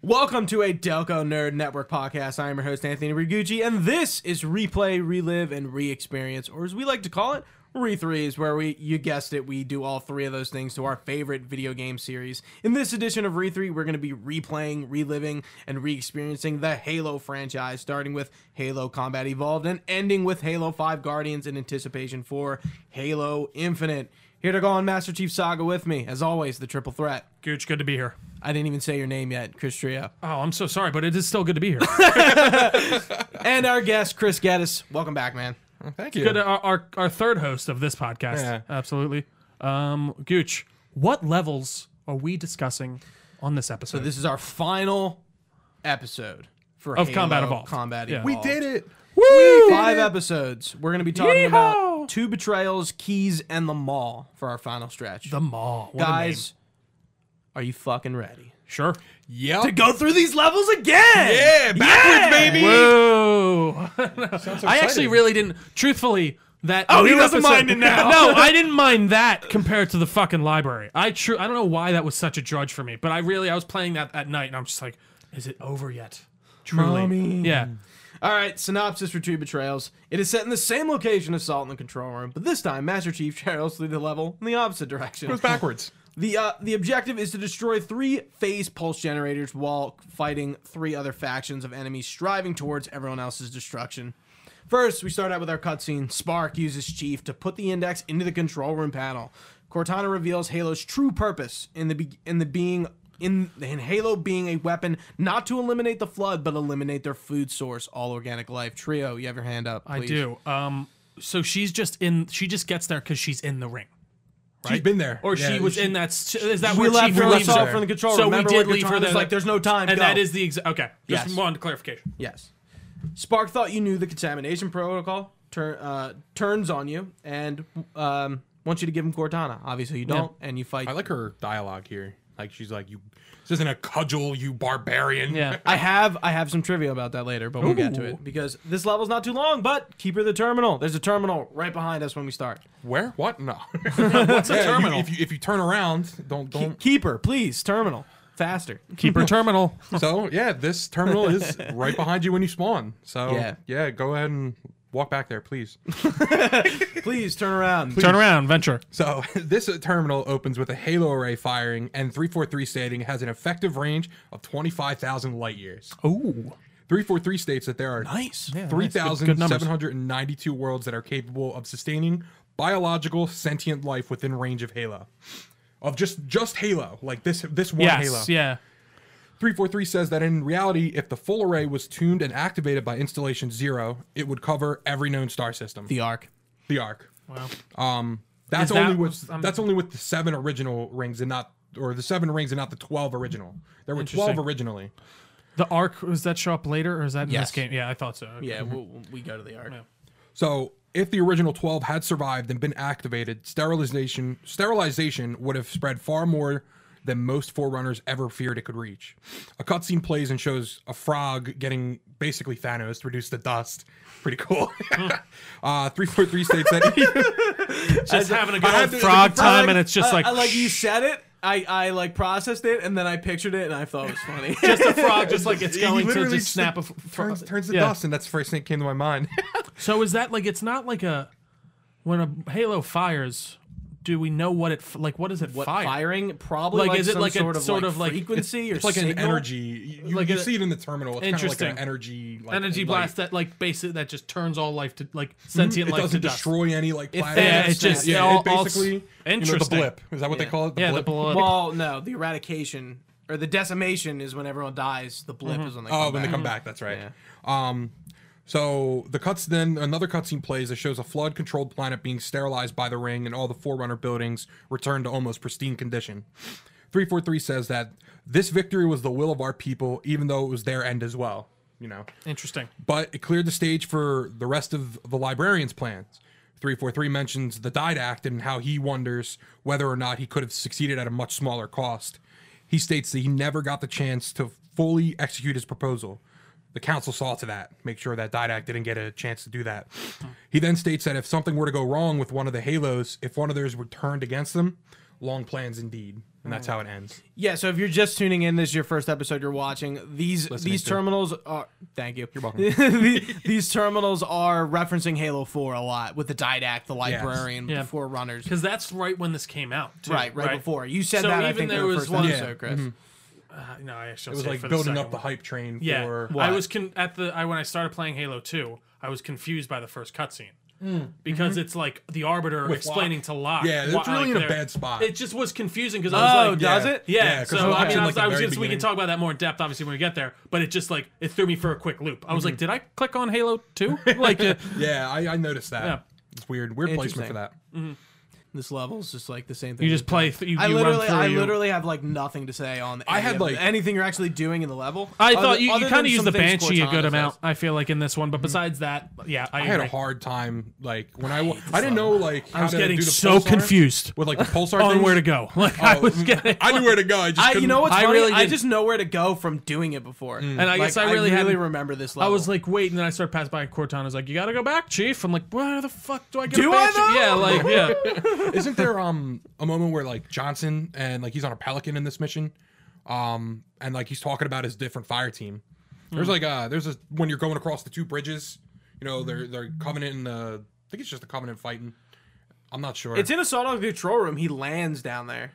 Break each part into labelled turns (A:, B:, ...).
A: Welcome to a Delco Nerd Network podcast. I am your host, Anthony Rigucci, and this is Replay, Relive, and Re-Experience, or as we like to call it, Re3s, where we, you guessed it, we do all three of those things to our favorite video game series. In this edition of Re3, we're going to be replaying, reliving, and re-experiencing the Halo franchise, starting with Halo Combat Evolved and ending with Halo 5 Guardians in anticipation for Halo Infinite. Here to go on Master Chief Saga with me, as always, the triple threat.
B: Gooch, good to be here.
A: I didn't even say your name yet, Chris Trio.
B: Oh, I'm so sorry, but it is still good to be here.
A: And our guest, Chris Geddes. Welcome back, man.
C: Thank you.
B: good, to- our, our our third host of this podcast,
C: Yeah.
B: absolutely. Um, Gooch, what levels are we discussing on this episode?
A: So this is our final episode for
B: Of
A: Halo
B: Combat Evolved.
A: Combat
B: Yeah.
C: we
A: Evolved.
C: did it.
B: Woo!
A: Five episodes. We're going to be talking
B: Yeehaw!
A: about two betrayals, keys, and the mall for our final stretch.
B: the mall, What a
A: Guys, are you fucking ready?
B: name. Sure.
C: Yep.
A: Go through these levels again.
C: yeah, backwards, baby.
B: Whoa! I actually
C: excited.
B: really didn't. Truthfully, that
A: Oh, he
B: new
A: doesn't mind it now.
B: no, I didn't mind that compared to the fucking library. I true. I don't know why that was such a drudge for me, but I really I was playing that at night, and I'm just like, is it over yet? Truly, yeah.
A: All right, synopsis for Two Betrayals. It is set in the same location as Salt in the control room, but this time Master Chief travels through the level in the opposite direction.
C: It was backwards.
A: The uh, the objective is to destroy three phase pulse generators while fighting three other factions of enemies striving towards everyone else's destruction. First, we start out with our cutscene. Spark uses Chief to put the index into the control room panel. Cortana reveals Halo's true purpose in the be- in the being in, in Halo being a weapon not to eliminate the flood but eliminate their food source, all organic life. Trio, you have your hand up.
B: I
A: please.
B: do. Um, so she's just in. She just gets there because she's in the ring, right?
C: She's been there.
B: or
C: Yeah,
B: she was in that. s- Is that
A: We
B: where
A: left
B: Chief
A: her.
B: leaves
A: Left off
B: her?
A: from the control
B: So
A: room.
B: we
A: Remember
B: did
A: when
B: leave her
A: Cortana's
B: there.
A: like, "There's no time,
B: and
A: go."
B: that is the exact. Okay, just
A: Yes.
B: wanted clarification.
A: Yes. Spark thought you knew the contamination protocol tur- uh, turns on you and um, wants you to give him Cortana. Obviously, you don't, and you fight.
C: I
A: I,
C: like her dialogue here. Like she's like, "You, this isn't a cudgel, you barbarian."
B: Yeah.
A: have I have some trivia about that later, but we'll get to
B: Ooh.
A: it because this level's not too long. But keeper of the terminal. There's a terminal right behind us when we start.
C: Where? What? No. What's a terminal? if, you, if you turn around, don't
A: Ke-
C: don't.
A: keeper, please, terminal, faster.
B: Keeper terminal.
C: so yeah, this terminal is right behind you when you spawn. So
A: Yeah.
C: yeah, go ahead and walk back there, please.
A: Please turn around.
B: Turn around. Venture.
C: So this terminal opens with a halo array firing and 343 stating it has an effective range of 25,000 light years.
B: Oh,
C: 343 states that there are
A: Nice.
B: Yeah, nice. Good- good numbers.
C: 3,792 worlds that are capable of sustaining biological sentient life within range of Halo. Of just just Halo, like this this one
B: Yes.
C: Halo.
B: Yeah.
C: 343 says that in reality, if the full array was tuned and activated by installation 0, it would cover every known star system. The,
A: The arc.
C: arc.
B: Wow.
C: Um that's
B: Is that
C: only
B: what's- um,
C: with
B: I'm-
C: that's only with the 7 original rings and not or the 7 rings and not the 12 original. There were 12
B: Interesting.
C: originally.
B: The arc does that show up later, or is that in
A: Yes.
B: this game? Yeah, I thought so. Okay.
A: Yeah, we'll, we go to the arc.
C: So if the original 12 had survived and been activated, sterilization sterilization would have spread far more than most forerunners ever feared it could reach. A cutscene plays and shows a frog getting basically Thanos reduced to dust. Pretty cool. uh, 343 states that
B: Just having a good old
C: I had to-
B: frog
A: I
B: time, and it's just
A: I-
B: like
A: I like you said it. I, I like processed it and then I pictured it and I thought it was funny.
B: just a frog, just like it's
C: He
B: going to
C: literally
B: just snap a f- frog.
C: turns, turns to
B: Yeah.
C: dust, and that's the first thing that came to my mind.
B: So is that like it's not like a when a halo fires? Do we know what it f- like? What is it
A: what
B: fire?
A: firing probably
B: Like,
A: like,
B: is it
A: some
B: like a
A: sort of
B: sort
A: like
B: of, like-
A: frequency
C: it's
A: or
C: like an
A: signal?
C: energy. You,
B: Like
C: you
B: a-
C: see it in the terminal. It's kind
B: Interesting.
C: of like an energy, like,
B: Energy
C: light.
B: blast that like basically that just turns all life to like sentient
C: it
B: life to
C: doesn't
B: dust.
C: destroy any like planet.
B: Yeah,
A: it's just-
C: yeah,
B: all-
C: it
B: all-
C: basically you know, the
B: Interesting.
C: blip. Is that what
A: Yeah.
C: they call it?
B: yeah, the blood.
A: Well, no, the eradication or the decimation is when everyone dies. The blip
B: Mm-hmm.
A: is when they come
C: Oh, when
A: back.
C: they come back, that's right. Um, so the cuts then another cutscene plays that shows a flood-controlled planet being sterilized by the ring, and all the Forerunner buildings return to almost pristine condition. Three four three says that this victory was the will of our people, even though it was their end as well. You know,
B: Interesting.
C: but it cleared the stage for the rest of the librarian's plans. 343 mentions the Didact and how he wonders whether or not he could have succeeded at a much smaller cost. He states that he never got the chance to fully execute his proposal. The council saw to that, make sure that Didact didn't get a chance to do that. He then states that if something were to go wrong with one of the Halos, if one of theirs were turned against them, long plans indeed, and that's how it ends.
A: Yeah, so if you're just tuning in, this is your first episode you're watching. These these
C: to.
A: terminals are thank you. You're
C: welcome.
A: these terminals are referencing Halo 4 a lot with the didact, the librarian,
B: Yeah.
A: the forerunners.
B: because that's right when this came out. too,
A: Right, right, before. You said
B: So
A: that I
B: even
A: think
B: there
A: in the
B: was
A: first
B: one-
A: episode,
C: Yeah.
A: Chris.
B: Uh, no, I actually
C: It was like building up the hype train
B: Yeah,
C: for
B: I was con- at the I when I started playing Halo Two, I was confused by the first cutscene
C: Mm,
B: because it's like the Arbiter explaining to Locke.
C: mm-hmm. Yeah, it's
B: why-
C: really
B: like,
C: in a
B: they're-
C: bad spot.
B: It just was confusing because I
A: Oh,
B: was like,
A: does it?
B: Yeah,
C: Yeah, 'cause
B: so
C: it
B: I
C: happened,
B: mean, I
C: like,
B: was,
C: the
B: I was
C: very
B: gonna, we
C: beginning.
B: can talk about that more in depth, obviously, when we get there. But it just like it threw me for a quick loop. I was
C: Mm-hmm.
B: like, did I click on Halo Two? Like, uh,
C: yeah. I, I noticed that.
B: Yeah.
C: It's weird, weird placement
A: Interesting.
C: for that.
A: This level is just like the same thing.
B: you just play. Th- you,
A: I
B: you run
A: literally,
B: through,
A: I
B: you-
A: literally have like nothing to say on.
C: I
A: any
C: had,
A: of-
C: like-
A: anything you're actually doing in the level.
B: I
A: Other-
B: thought you,
A: other
B: you
A: than
B: kind of used
A: some
B: the
A: things
B: banshee a
A: Cortana
B: good amount.
A: says.
B: I feel like in this one, but besides that, yeah, I,
C: Mm-hmm. I had a
B: agree.
C: hard time like when I w- I didn't know like how
B: was
C: to
B: getting
C: do the
B: so
C: pulsar
B: confused
C: with like the pulsar
B: on
C: things.
B: where to go. Like I
C: Oh,
B: was getting.
C: I knew where to go. I just
A: I, you
C: couldn't-
A: know what's
B: I
A: funny?
B: really
A: I
B: didn't-
A: just know where to go from doing it before. And
B: I guess I really hadn't-
A: remember this
B: I
A: level.
B: was like, wait, and then I started passing by, and Cortana's like, "You gotta go back, Chief." I'm like, "Where the fuck do I go?"
A: Do I,
B: back?" Chief?"
A: though?
B: Yeah, like, yeah.
C: Isn't there um a moment where like Johnson and like he's on a Pelican in this mission, um and like he's talking about his different fire team. There's
B: Hmm.
C: like uh there's a when you're going across the two bridges, you know they're they're Covenant and uh, I think it's just the Covenant fighting. I'm not sure.
A: it's in a Assault on the Control Room. He lands down there.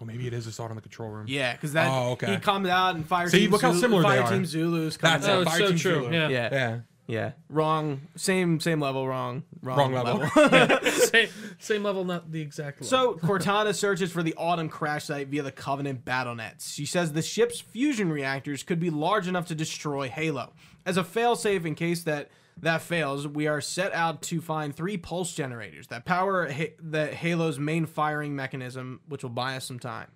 C: well, maybe it is assault on the control room.
A: Yeah, because that.
C: Oh, okay.
A: He comes out and fires.
C: See,
A: team
C: look how
A: Zulu-
C: similar they
A: Fire
C: are.
A: Team Zulu's coming
C: That's
A: out.
B: Oh,
C: it.
B: it's
C: Fire
B: so
C: team
B: true,
C: Zulu.
B: yeah.
A: Yeah.
C: yeah.
A: Yeah. Wrong. Same. Same level. Wrong. Wrong,
C: Wrong level.
B: same, same level, not the exact level.
A: So Cortana searches for the Autumn crash site via the Covenant battle nets. She says the ship's fusion reactors could be large enough to destroy Halo. As a failsafe in case that that fails, we are set out to find three pulse generators that power ha- the Halo's main firing mechanism, which will buy us some time.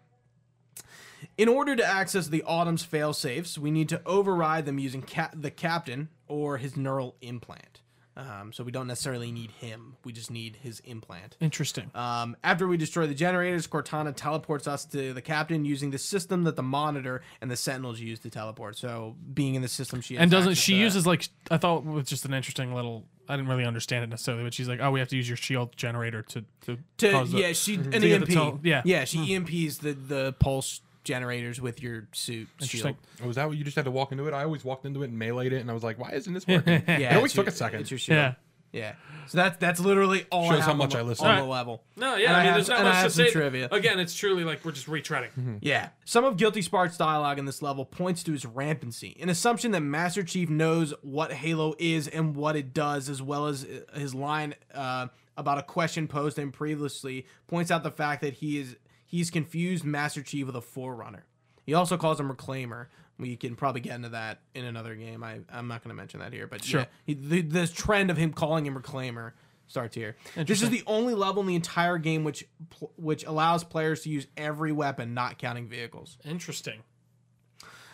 A: In order to access the Autumn's failsafes, we need to override them using ca- the captain or his neural implant. Um, so we don't necessarily need him. We just need his implant.
B: interesting.
A: Um, after we destroy the generators, Cortana teleports us to the captain using the system that the monitor and the Sentinels use to teleport. So being in the system, she has
B: and doesn't
A: access
B: she
A: to that.
B: uses like I thought it was just an interesting little. I didn't really understand it necessarily, but she's like, "Oh, we have to use your shield generator to to,
A: to
B: cause the,
A: yeah she an
B: To get
A: EMP
B: the tel- yeah. Hmm.
A: yeah she EMPs the the pulse generators with your suit shield.
B: Interesting.
C: Oh, is that what you just had to walk into it? I always walked into it and meleeed it, and I was like, why isn't this working?
A: Yeah,
C: it always
A: it's your-
C: took a second.
A: It's your shield.
B: Yeah.
A: Yeah. So that's that's literally all I
C: Shows
A: have
C: how
A: on
C: much
A: the-
C: I listen.
A: on the
B: Alright.
A: level.
B: No, yeah.
A: And
B: I mean,
A: have-
B: there's not
A: and I
B: much to
A: have some
B: say.
A: Trivia.
B: Again, it's truly like we're just retreading.
A: Yeah. Some of Guilty Spark's dialogue in this level points to his rampancy, an assumption that Master Chief knows what Halo is and what it does, as well as uh, his line uh, about a question posed to him previously points out the fact that he is he's confused Master Chief with a Forerunner. He also calls him Reclaimer. We can probably get into that in another game. I, I'm not going to mention that here, but
B: Sure.
A: yeah, he, the, this trend of him calling him Reclaimer starts here. This is the only level in the entire game which pl- which allows players to use every weapon, not counting vehicles,
B: Interesting.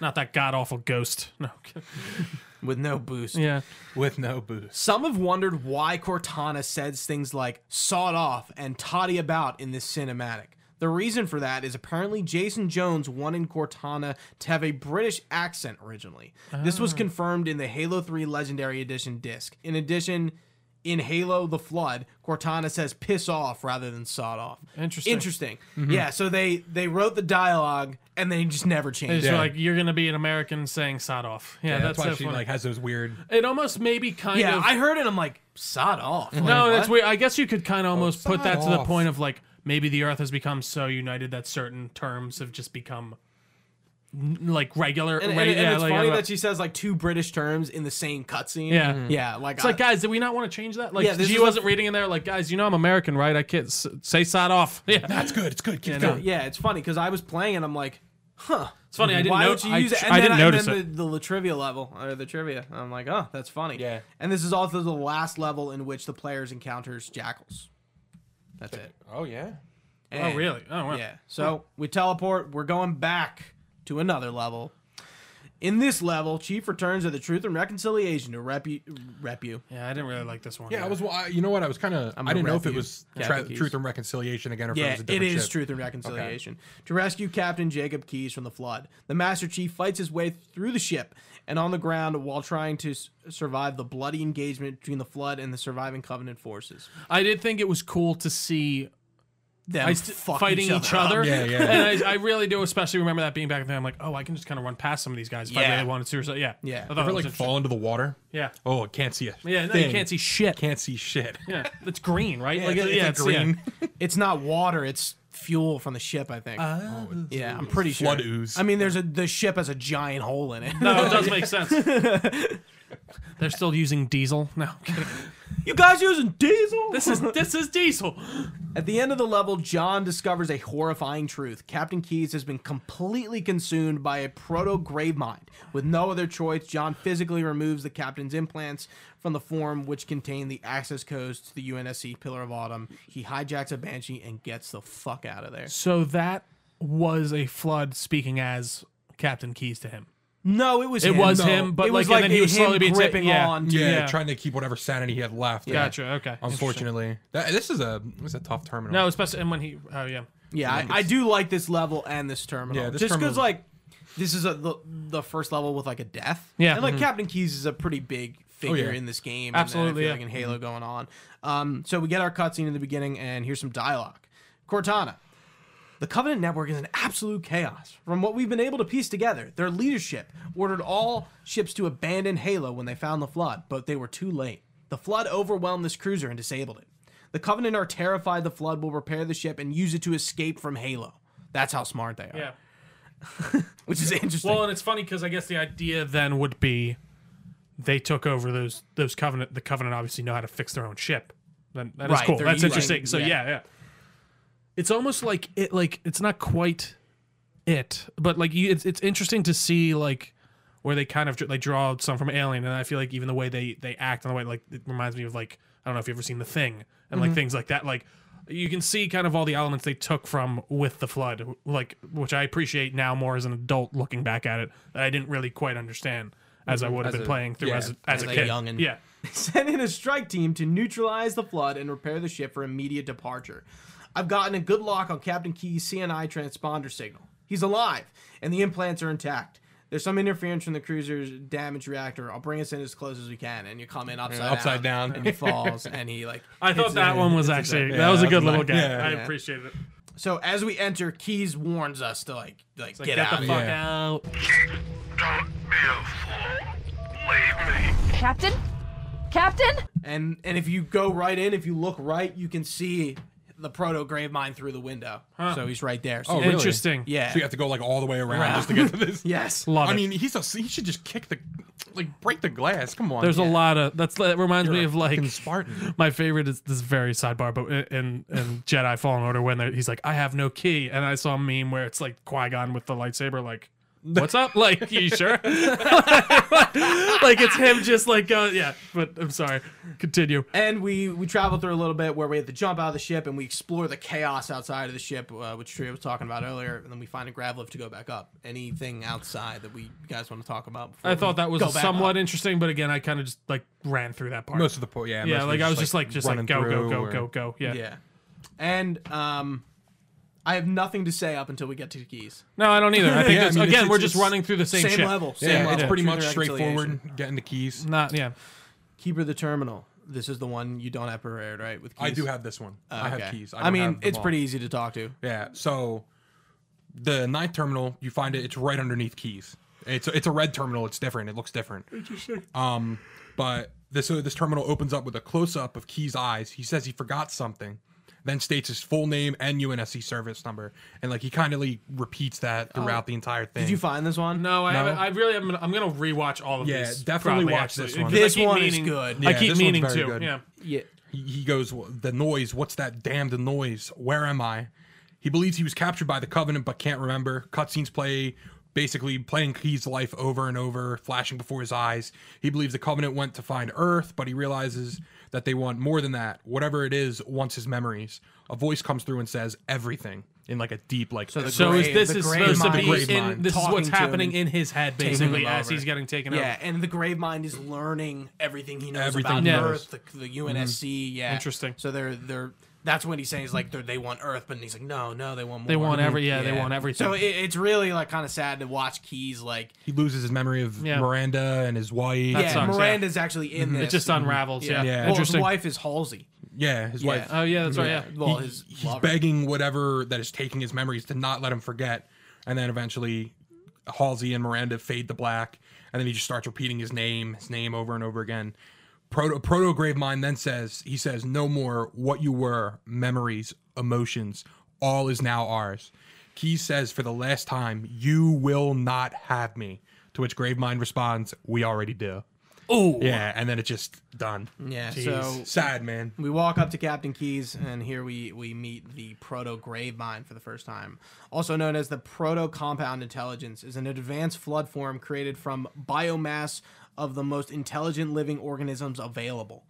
B: Not that god awful ghost. No.
A: with no boost.
B: yeah.
C: With no boost.
A: Some have wondered why Cortana says things like "sawed off" and "toddy about" in this cinematic. The reason for that is apparently Jason Jones wanted Cortana to have a British accent originally. This
B: Ah.
A: was confirmed in the Halo 3 Legendary Edition disc. In addition, in Halo the Flood, Cortana says piss off rather than sawed off.
B: Interesting. Mm-hmm.
A: Interesting. Yeah, so they they wrote the dialogue and they just never
B: They
A: changed
B: just
A: it.
B: were like, you're gonna be an American saying sod off. Yeah,
C: Yeah,
B: that's,
C: that's, why
B: so
C: she
B: funny.
C: like has those weird.
B: it almost maybe kind
A: Yeah,
B: of.
A: I heard it I'm like sawed off. Like,
B: no, that's
A: what?
B: weird. I guess you could kind of almost put
C: sod
B: that to the
C: off.
B: point of like maybe the Earth has become so united that certain terms have just become n- like regular.
A: And,
B: reg-
A: and- and
B: yeah,
A: it's
B: like,
A: funny
B: uh,
A: that she says like two British terms in the same cutscene.
B: Yeah. Mhm.
A: yeah, like
B: it's like, guys, did we not want to change that? Like,
A: Yeah, this
B: she
A: is a-
B: wasn't reading in there. Like, guys, you know I'm American, right? I can't s- say sod off. Yeah,
C: That's good. It's good. Keep
B: Yeah, no.
C: going.
A: yeah, it's funny because I was playing and I'm like, huh.
B: it's funny. I didn't
A: Why
B: know.
A: would you
B: I,
A: use it?
B: tr-
A: And
B: I
A: then,
B: didn't
A: and
B: notice
A: then
B: it.
A: The, the trivia level or the trivia. I'm like, oh, that's funny.
C: Yeah.
A: And this is also the last level in which the players encounters jackals. That's it.
C: Oh yeah.
B: Oh,
A: And-
B: really? Oh, wow.
A: Yeah. So we teleport. We're going back to another level. In this level, Chief returns to the Truth and Reconciliation to rep you. Rep you.
B: Yeah, I didn't really like this one.
C: Yeah, I was. I, you know what? I was kind of. I didn't know if it
A: rep you.
C: was
A: Yeah, I
C: tra-
A: think he's-
C: truth and reconciliation again, or
A: Yeah,
C: if it was a
A: it
C: different
A: is
C: ship.
A: Truth and Reconciliation. To rescue Captain Jacob Keys from the flood, the Master Chief fights his way through the ship and on the ground while trying to s- survive the bloody engagement between the flood and the surviving Covenant forces.
B: I did think it was cool to see
A: them
B: I st-
A: fuck
B: fighting each other.
A: up.
C: Yeah, yeah.
B: And I, I really do, especially remember that being back then. I'm like, oh, I can just kind of run past some of these guys if I
A: Yeah.
B: really wanted to. Or so, yeah,
A: Yeah.
B: I thought
A: Ever,
B: that
C: Ever
B: was
C: like
B: interesting.
C: fall into the water?
B: Yeah,
C: Oh, I can't see it.
B: yeah. No, you can't see shit.
C: Can't see shit.
B: Yeah, it's green, right?
C: Like, it's,
B: yeah,
C: like green
A: It's not water; it's fuel from the ship. I think.
B: Ah,
A: Oh, yeah, I'm pretty sure.
C: flood ooze.
A: I mean, there's a the ship has a giant hole in it.
B: yeah. No, it does make sense. They're still using diesel. No, I'm kidding.
A: you guys using diesel?
B: this is this is diesel.
A: At the end of the level, John discovers a horrifying truth. Captain Keyes has been completely consumed by a proto grave mind. With no other choice, John physically removes the captain's implants from the form which contained the access codes to the UNSC Pillar of Autumn. He hijacks a Banshee and gets the fuck out of there.
B: So that was a flood speaking as Captain Keys to him.
A: No, it was
B: It
A: him.
B: was
A: No.
B: him, but
A: it
B: like,
A: was
B: and then he
A: the-
B: was slowly
A: him
B: being ta-
A: gripping
B: yeah.
A: on. to-
C: Yeah,
B: Yeah.
C: trying to keep whatever sanity he had left. Yeah.
B: Gotcha. Okay.
C: Unfortunately, that, this is a this is a tough terminal.
B: No, especially and when he. Oh yeah.
A: Yeah, I, I do like this level and this terminal.
C: Yeah, this
A: just because
C: terminal-
A: like this is a, the the first level with like a death.
B: Yeah.
A: and like Captain Keys is a pretty big figure in this game. and then I
B: Absolutely,
A: feel
B: yeah.
A: like in Halo going on. Um, so we get our cutscene in the beginning, and here's some dialogue. Cortana. The Covenant network is an absolute chaos. From what we've been able to piece together, their leadership ordered all ships to abandon Halo when they found the flood, but they were too late. The flood overwhelmed this cruiser and disabled it. The Covenant are terrified the flood will repair the ship and use it to escape from Halo. That's how smart they are,
B: Yeah.
A: which is interesting.
B: Well, and it's funny because I guess the idea then would be they took over those those covenant. The covenant obviously know how to fix their own ship. Then that is
A: Right,
B: cool.
A: they're
B: That's
A: using-
B: interesting. So
A: yeah.
B: yeah. yeah, It's almost like it. Like it's not quite it, but like you, it's it's interesting to see like where they kind of dr- like draw some from Alien, and I feel like even the way they they act and the way like it reminds me of like I don't know if you've ever seen The Thing and like things like that. Like you can see kind of all the elements they took from with the flood, like which I appreciate now more as an adult looking back at it that I didn't really quite understand as I would have
C: As
B: been
C: a-
B: playing through
C: yeah,
B: as as,
A: as
B: a
A: a
B: kid.
A: young'un.
B: Yeah,
A: sent in a strike team to neutralize the flood and repair the ship for immediate departure. I've gotten a good lock on Captain Key's CNI transponder signal. He's alive, and the implants are intact. There's some interference from the cruiser's damage reactor. I'll bring us in as close as we can, and you come in upside,
C: upside
A: out,
C: down.
A: and he falls, and he like.
B: I thought
A: uh,
B: that one was actually that was a
C: that's
B: good little
C: mine.
B: game.
C: Yeah.
B: I
A: Yeah.
B: appreciated it.
A: So as we enter, Keys warns us to like, like,
B: Like,
A: get, out.
B: the
A: of
B: fuck
A: here.
B: out.
D: Don't be a fool. Leave me.
E: Captain? Captain?
A: And and if you go right in, if you look right, you can see the proto grave mine through the window. So he's right there. So
C: Oh,
A: you-
C: really?
B: Interesting.
A: yeah.
C: So you have to go like all the way around just to get to this.
A: yes.
B: Love
C: I
B: it.
C: mean, he's a, he should just kick the like break the glass. Come on.
B: There's a lot of that's that reminds me
C: a
B: of like
C: fucking Spartan.
B: My favorite is this is very sidebar, but in in Jedi Fallen Order when they're- he's like, "I have no key," and I saw a meme where it's like Qui Gon with the lightsaber, like, "What's up?" Like, you sure? like it's him just like, uh, yeah. But I'm sorry. Continue.
A: And we we travel through a little bit where we have to jump out of the ship and we explore the chaos outside of the ship, uh, which Tria was talking about earlier. And then we find a grav lift to go back up. Anything outside that we you guys want to talk about? Before
B: I
A: we
B: thought that was
A: go back
B: somewhat
A: up?
B: interesting, but again, I kind of just like ran through that part.
C: Most of the po- yeah. most
B: yeah,
C: of
B: like
C: it's
B: I was just like, just like
C: running
B: go go
C: through
B: go
C: or-
B: go go. Yeah.
A: Yeah. And um, I have nothing to say up until we get to the keys.
B: No, I don't either. I think
C: Yeah, I
B: that's
C: mean, it's-
B: again, we're
C: it's-
B: just
C: it's
B: running through the same,
A: Same,
B: shit.
A: level. Same
C: Yeah,
A: level.
C: it's pretty
A: True
C: much
A: reconciliation.
C: straightforward. Getting the keys.
B: Not yeah.
A: Keeper of the terminal. This is the one you don't have prepared, right? With keys.
C: I do have this one. I
A: Okay.
C: have keys.
A: I,
C: don't
A: mean,
C: have them
A: it's
C: all.
A: pretty easy to talk to.
C: Yeah. So the ninth terminal, you find it. It's right underneath keys. It's it's a red terminal. It's different. It looks different. Interesting. Um, but this so this terminal opens up with a close up of Key's eyes. He says he forgot something, then states his full name and UNSC service number, and like he kind of like, repeats that throughout the entire thing.
A: Oh. Did you find this one?
B: No, I
C: No?
B: haven't. I really haven't. I'm gonna rewatch all of
C: Yeah,
B: these.
C: definitely
B: probably,
C: watch
B: actually,
C: this
B: because
C: one.
B: I
A: This
B: keep
A: one is
B: meaning-
A: good.
B: I
C: Yeah,
B: keep
C: this one's
B: meaning
C: very
B: to.
C: good.
B: Yeah.
A: Yeah.
C: he, he goes the noise. What's that damned noise? Where am I? He believes he was captured by the Covenant, but can't remember. Cutscenes play basically playing Key's life over and over, flashing before his eyes. He believes the Covenant went to find Earth, but he realizes that they want more than that. Whatever it is, wants his memories. A voice comes through and says everything in like a deep, like
A: the
B: So is
A: Grave-
B: this
A: the
B: is
A: grave
B: supposed to
A: mind.
B: be
C: Grave
B: in
C: mind.
B: this is
A: Talking
B: what's
A: to him
B: happening
A: and
B: in his head
A: taking
B: basically
A: him
B: as
A: over.
B: he's getting taken
A: Yeah,
B: out.
A: and the grave mind is learning everything he knows
C: Everything
A: about
C: he
A: Earth,
C: knows.
A: the, the UNSC. Yeah,
B: Mm-hmm. Interesting.
A: So they're they're that's when he's saying he's like they're- they want Earth, but he's like no, no, they want more.
B: They want every yeah, they want everything.
A: So it, it's really like kind of sad to watch Keys like
C: he loses his memory of
B: Yeah.
C: Miranda and his wife.
B: That
A: yeah,
B: sucks, yeah.
A: Miranda's actually in this.
B: it just unravels. Yeah,
C: Yeah.
A: Well, his
B: interesting.
A: wife is Halsey.
C: Yeah, his wife.
B: Oh yeah, that's right. Yeah.
A: Well,
C: He-
A: his
C: he's
A: lover.
C: begging whatever that is taking his memories to not let him forget, and then eventually Halsey and Miranda fade to black, and then he just starts repeating his name, his name over and over again. Proto Proto Gravemind then says, he says, "No more what you were, memories, emotions, all is now ours." Key says for the last time, "You will not have me." To which Gravemind responds, "We already do."
B: Oh
C: Yeah, and then it's just done.
A: yeah, so
B: Jeez.
C: Sad man.
A: We walk up to Captain Keys, and here we, we meet the Proto Grave Mine for the first time. Also known as the Proto Compound Intelligence, is an advanced flood form created from biomass of the most intelligent living organisms available,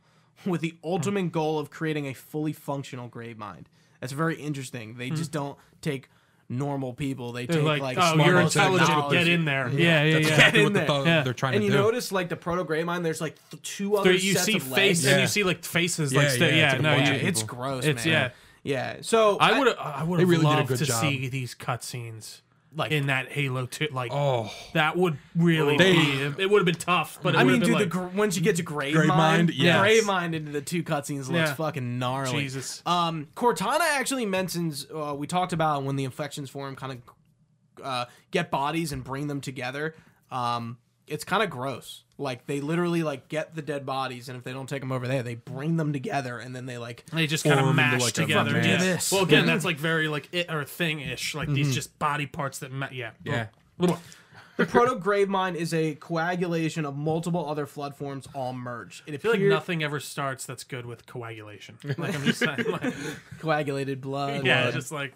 A: with the
B: Hmm.
A: ultimate goal of creating a fully functional grave mind. That's very interesting. They just don't take normal people; they
B: Hmm. They're
A: take
B: like,
A: like,
B: oh,
A: smart
B: you're
A: ones with
B: intelligent.
A: knowledge.
B: Get in there. Yeah, yeah,
C: That's
B: yeah.
C: exactly
A: Get
C: what
A: in
C: the
A: there.
C: th-
B: Yeah.
C: they're trying
A: And
C: to
A: you
C: do.
A: notice like the Proto Grey Mine, there's like th- two other
B: There- you
A: sets
B: see
A: of
B: face
A: legs.
B: and
C: Yeah.
B: you see like faces
C: Yeah,
B: like sta-
C: yeah,
B: yeah,
C: it's a
B: no
C: bunch
A: Yeah,
B: you,
C: of people.
A: it's gross,
B: It's-
A: man. Yeah. So
B: I would I would
C: They
B: have
C: really did a
B: loved
C: good
B: to
C: job.
B: see these cutscenes
A: Like-
B: like in that Halo 2 like
C: oh.
B: that would really
C: They-
B: be it would have been tough but it
A: I
B: would
A: mean,
B: have been
A: dude, the
B: like,
A: gr- once you get to Grave,
C: Grave
A: Mind,
C: Mind, yes.
A: Grave Mind into the two cutscenes looks
B: Yeah.
A: fucking gnarly.
B: Jesus.
A: Um, Cortana actually mentions uh, we talked about when the infections form, kind of uh, get bodies and bring them together. Um, it's kind of gross. Like they literally like get the dead bodies, and if they don't take them over there, they bring them together, and then they like
B: they just kind of
C: form into,
B: mash
C: like, a
B: together.
C: fucking
B: Yeah.
A: mass.
B: Well, again, that's like very like it or thing ish. Like these just body parts that ma- yeah
C: Mm-hmm. Yeah.
B: Blah, blah, blah.
A: the proto grave mine is a coagulation of multiple other flood forms all merged. It
B: I feel
A: appears
B: like nothing ever starts that's good with coagulation. Like I'm just saying, like,
A: coagulated blood.
B: yeah, just like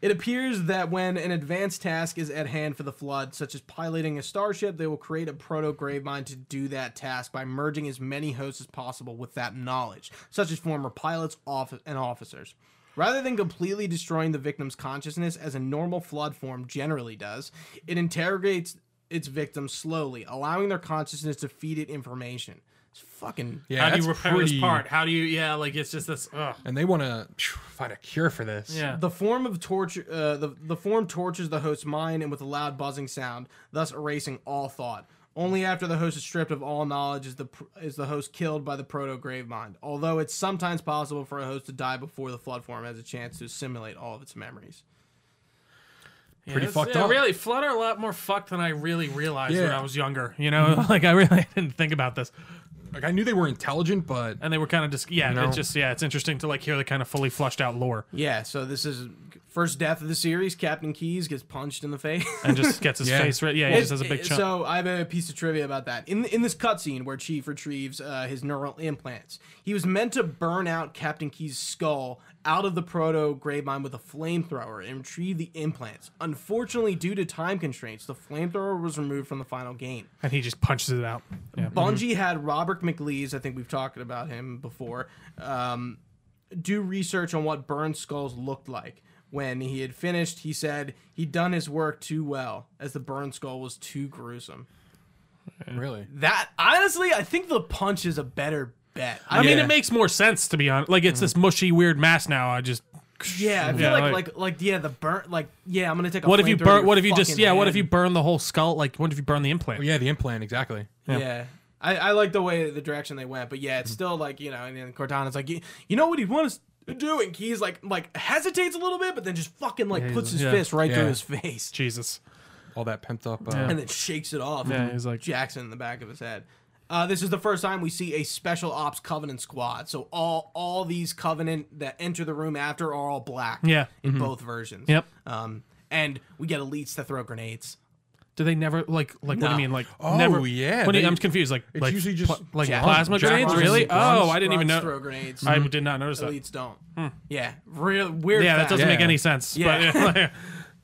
A: It appears that when an advanced task is at hand for the Flood, such as piloting a starship, they will create a proto gravemind to do that task by merging as many hosts as possible with that knowledge, such as former pilots off- and officers. Rather than completely destroying the victim's consciousness, as a normal Flood form generally does, it interrogates its victims slowly, allowing their consciousness to feed it information. It's fucking.
C: Yeah,
B: how do
C: that's
B: you repair
C: pretty,
B: this part? How do you yeah like it's just this ugh.
C: And they want to find a cure for this.
B: yeah.
A: The form of torture, uh, the, the form tortures the host's mind and with a loud buzzing sound, thus erasing all thought. Only after the host is stripped of all knowledge is the pr- is the host killed by the proto grave mind. Although it's sometimes possible for a host to die before the flood form has a chance to assimilate all of its memories.
B: Yeah,
C: Pretty
B: that's-
C: fucked
B: yeah,
C: up.
B: Really, Flood are a lot more fucked than I really realized when
C: Yeah.
B: I was younger. You know, like I really didn't think about this.
C: Like I knew they were intelligent, but
B: And they were kind of just yeah.
C: know?
B: It's just yeah. It's interesting to like hear the kind of fully flushed out lore
A: Yeah, so this is first death of the series. Captain Keys gets punched in the face.
B: and just gets his
C: Yeah.
B: face right. Yeah, he just has a
A: It-
B: big
A: it-
B: chunk.
A: So I have a piece of trivia about that. In in this cutscene where Chief retrieves uh, his neural implants, he was meant to burn out Captain Key's skull out of the proto grave mine with a flamethrower and retrieve the implants. Unfortunately, due to time constraints, the flamethrower was removed from the final game.
B: and he just punches it out. Yeah. Mm-hmm.
A: Bungie had Robert McLeese, I think we've talked about him before, um, do research on what burned skulls looked like. When he had finished, he said he'd done his work too well, as the burned skull was too gruesome.
C: really,
A: That honestly, I think the punch is a better bet. I
B: I mean,
C: Yeah. Mm-hmm.
B: it makes more sense to be honest. Like it's this mushy, weird mass now. I just
A: yeah, I feel
B: Yeah,
A: like,
B: like-
A: like like yeah, the burnt like yeah, I'm gonna take. A
B: what if you
A: flamethrower to
B: burn?
A: your
B: What if you just
A: fucking
B: yeah? What if you
A: head.
B: burn the whole skull? Like what if you burn the implant?
C: yeah, the implant exactly.
A: Yeah. I, I like the way the direction they went, but yeah, it's still like you know, and then Cortana's like, you, you know what he'd want us to do, and Key's like like hesitates a little bit, but then just fucking like
B: he's
A: puts
B: like-
A: his
B: yeah.
A: fist right through
C: Yeah.
A: his face
B: Jesus.
C: All that pent up. Uh,
A: and then shakes it off.
B: Yeah,
A: and
B: he's like-
A: Jackson in the back of his head. Uh, this is the first time we see a special ops covenant squad. So all all these covenant that enter the room after are all black.
B: Yeah. Mm-hmm.
A: in both versions.
B: Yep.
A: Um, and we get elites that throw grenades.
B: Do they never like like what do
A: No.
B: you mean like
C: Oh,
B: never?
C: yeah,
B: What do you,
C: they-
B: I'm confused. Like
C: it's
B: like,
C: usually just
B: pla- like
A: Jack-
B: plasma
C: Jack
B: grenades.
C: Russell.
B: Really?
A: Grunts-
B: Oh, I didn't even
A: grunts
B: know.
A: Throw grenades.
C: Mm-hmm.
B: I did not notice that.
A: elites don't. Yeah, real weird.
B: Yeah, that
A: fact.
B: doesn't make
C: Yeah.
B: any sense.
A: Yeah.
B: But yeah,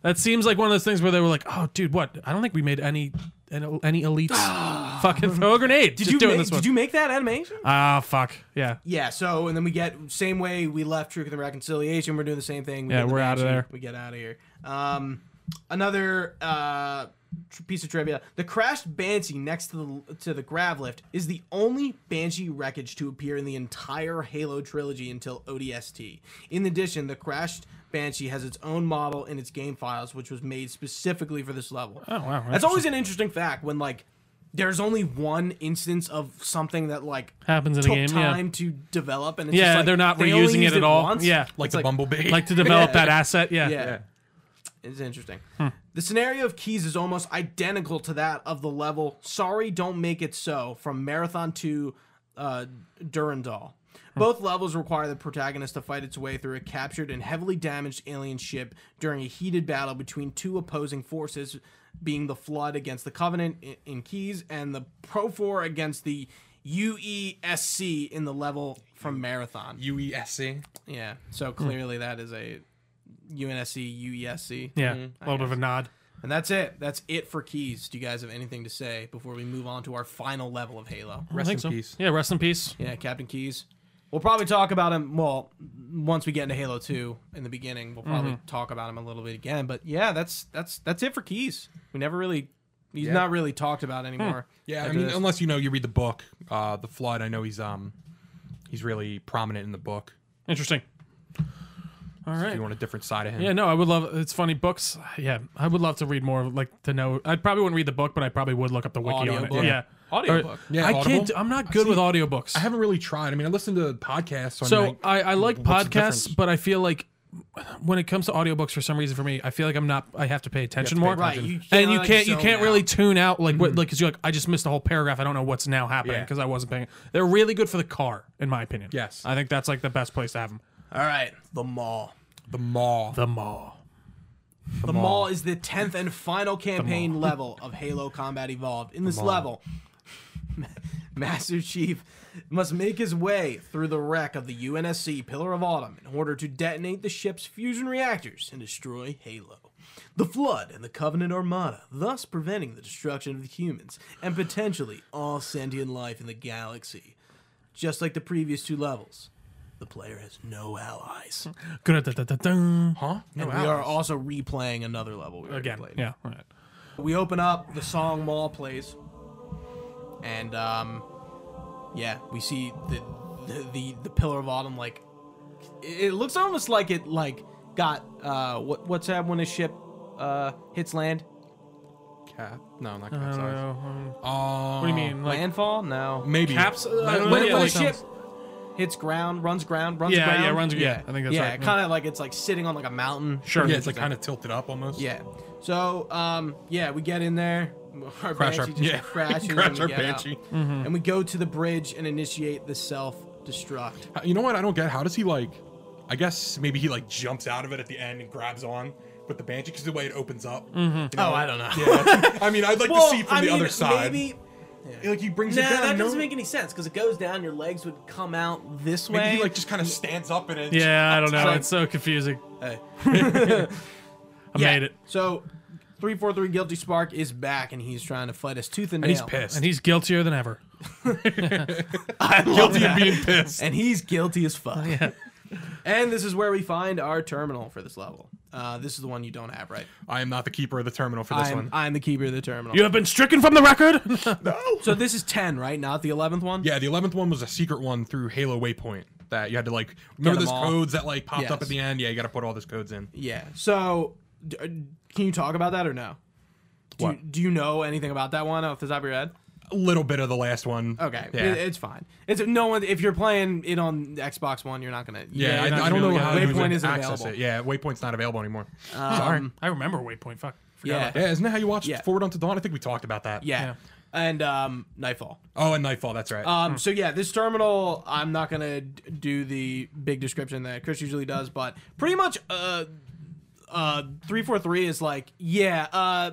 B: that seems like one of those things where they were like, "Oh, dude, what? I don't think we made any any, any elites fucking throw a grenade."
A: Did
B: Just
A: you
B: doing
A: make,
B: this one.
A: did you make that animation?
B: Ah, fuck. Yeah.
A: Yeah. So and then we get same way we left Truth and Reconciliation. We're doing the same thing. We
B: Yeah,
A: get the
B: we're outta
A: mansion,
B: there.
A: We get out of here. Um, another uh tr- piece of trivia: the crashed Banshee next to the to the grav lift is the only Banshee wreckage to appear in the entire Halo trilogy until ODST. In addition, the crashed Banshee has its own model in its game files, which was made specifically for this level.
B: Oh wow.
A: That's always an interesting fact when like there's only one instance of something that like
B: Happens in the
A: took
B: game, yeah.
A: time to develop, and it's
B: Yeah,
A: just like,
B: they're not
A: they only
B: reusing it
A: used
B: at all.
A: once.
B: Yeah,
C: Like
A: It's
C: the bumblebee.
B: like to develop
A: Yeah.
B: that asset. Yeah.
A: Yeah. It's interesting. The scenario of Keys is almost identical to that of the level Sorry Don't Make It So from Marathon to uh, Durandal. Both levels require the protagonist to fight its way through a captured and heavily damaged alien ship during a heated battle between two opposing forces, being the Flood against the Covenant in, in Keys and the Profor against the UESC in the level from Marathon.
C: E UESC.
A: Yeah. So clearly that is a UNSC, UESC.
B: Yeah. A little bit of a nod.
A: E And that's it. That's it for keys. Do you guys have anything to say before we move on to our final level of Halo?
B: I
C: Rest
B: think
C: in
B: so.
C: peace.
B: Yeah, rest in peace.
A: Yeah, Captain Keys. We'll probably talk about him. Well, once we get into Halo Two in the beginning, we'll probably talk about him a little bit again. But yeah, that's that's that's it for Keys. We never really, he's
C: Yeah.
A: not really talked about anymore.
C: Yeah, I
A: after
C: mean,
A: this.
C: unless you know you read the book, uh, the flood. I know he's um, he's really prominent in the book.
B: Interesting. All
C: If
B: right.
C: you want a different side of him,
B: Yeah, no, I would love. It's funny books. Yeah, I would love to read more. Like to know, I probably wouldn't read the book, but I probably would look up the wiki on
A: Audiobook.
B: it. Yeah,
A: Audiobook.
B: Yeah,
C: Yeah,
B: I
C: Audible.
B: can't. do- I'm not good with audiobooks.
C: I haven't really tried. I mean, I listen to podcasts. So, I'm
B: so
C: like,
B: I, I like
C: what's the
B: podcasts,
C: difference?
B: but I feel like when it comes to audiobooks, for some reason, for me, I feel like I'm not. I have to pay attention Mm-hmm.
C: pay
B: more.
A: attention. Right, you can't,
B: and you
A: like,
B: can't. You
A: zone
B: can't really
A: out.
B: tune out like what like because you're like I just missed the whole paragraph. I don't know what's now happening
C: Yeah.
B: because I wasn't paying. They're really good for the car, in my opinion.
C: Yes.
B: I think that's like the best place to have them.
A: All right, the Maul.
C: the mall.
B: The mall.
A: The Maul is the 10th and final campaign level of Halo Combat Evolved. In this level, Master Chief must make his way through the wreck of the UNSC Pillar of Autumn in order to detonate the ship's fusion reactors and destroy Halo. The Flood and the Covenant Armada, thus preventing the destruction of the humans and potentially all sentient life in the galaxy. Just like the previous two levels, the player has no allies.
B: Dun-dun-dun-dun-dun.
C: huh? No,
A: and we
C: Alex.
A: are also replaying another level we already
B: Again.
A: played.
B: Yeah. All right.
A: We open up, the song Maul plays, and um, yeah, we see the the the, the Pillar of Autumn. Like, it it looks almost like it like got uh, what what's that when a ship uh hits land?
C: Cap? No, not
B: I
C: cap
B: don't
C: size.
B: know. Um,
C: Uh,
B: What do you mean? Like
A: Landfall? No.
C: Maybe
B: caps? Uh, I don't
A: When,
B: know.
A: when
B: Yeah,
A: a
B: like-
A: ship hits ground, runs ground, runs
B: Yeah,
A: ground.
B: yeah, runs- yeah, I think that's
A: yeah,
B: right.
A: kind of like it's like sitting on like a mountain.
B: Sure.
C: Yeah, it's like kind of tilted up almost.
A: Yeah. So, um, yeah, we get in there. Our
C: Crash our-
A: banshee just
C: yeah.
A: crashes
C: Crash
A: and we
C: our
A: get out.
C: Banshee.
A: and we go to the bridge and initiate the self-destruct.
C: Uh, You know what? I don't get. How does he like? I guess maybe he like jumps out of it at the end and grabs on with the banshee because the way it opens up. You know?
A: Oh, I don't know.
C: Yeah. I mean, I'd like to see it from
A: I
C: the
A: mean,
C: other side.
A: Maybe,
C: Like he brings
A: nah,
C: it down.
A: that
C: no?
A: doesn't make any sense because it goes down. Your legs would come out this
C: Maybe
A: way.
C: he like just kind of stands up and it.
B: Yeah, I don't know.
A: Like-
B: It's so confusing.
A: Hey.
B: I
A: Yeah.
B: made it.
A: So, three four three guilty spark is back and he's trying to fight us tooth and
C: And
A: nail.
C: he's pissed.
B: And he's guiltier than ever.
A: I love
C: guilty
A: that.
C: of being pissed.
A: and he's guilty as fuck. And this is where we find our terminal for this level. Uh, this is the one you don't have, right?
C: I am not the keeper of the terminal for this
A: I'm,
C: one.
A: I'm the keeper of the terminal.
B: You have been stricken from the record.
C: Um, no.
A: So this is ten, right? Not the eleventh one.
C: Yeah, the eleventh one was a secret one through Halo Waypoint that you had to like remember
A: them
C: those
A: all.
C: codes that like popped up
A: Yes.
C: at the end. Yeah, you got to put all those codes in.
A: Yeah. So, d- uh, can you talk about that or no? Do, You,
C: What?
A: do you know anything about that one off the top of your head?
C: A little bit of the last one.
A: Okay,
C: Yeah.
A: it- it's fine. It's no one. If you're playing it on Xbox One, you're not gonna.
C: yeah,
B: you're not
C: I, I don't
B: gonna
C: know
B: be
C: how
B: able to
A: get it.
C: to
A: Waypoint isn't
C: access
A: available.
C: it. Yeah, Waypoint's not available anymore.
B: Sorry, I remember Waypoint. Fuck. Forgot
A: Yeah.
B: about that.
C: yeah, isn't that how you watched
A: Yeah.
C: Forward Unto Dawn? I think we talked about that.
A: yeah.
B: Yeah.
A: And um, Nightfall.
C: Oh, and Nightfall. That's right.
B: Uh,
A: Um, so yeah, this terminal, I'm not gonna d- do the big description that Chris usually does, but pretty much, uh, uh, three four three is like, yeah, uh,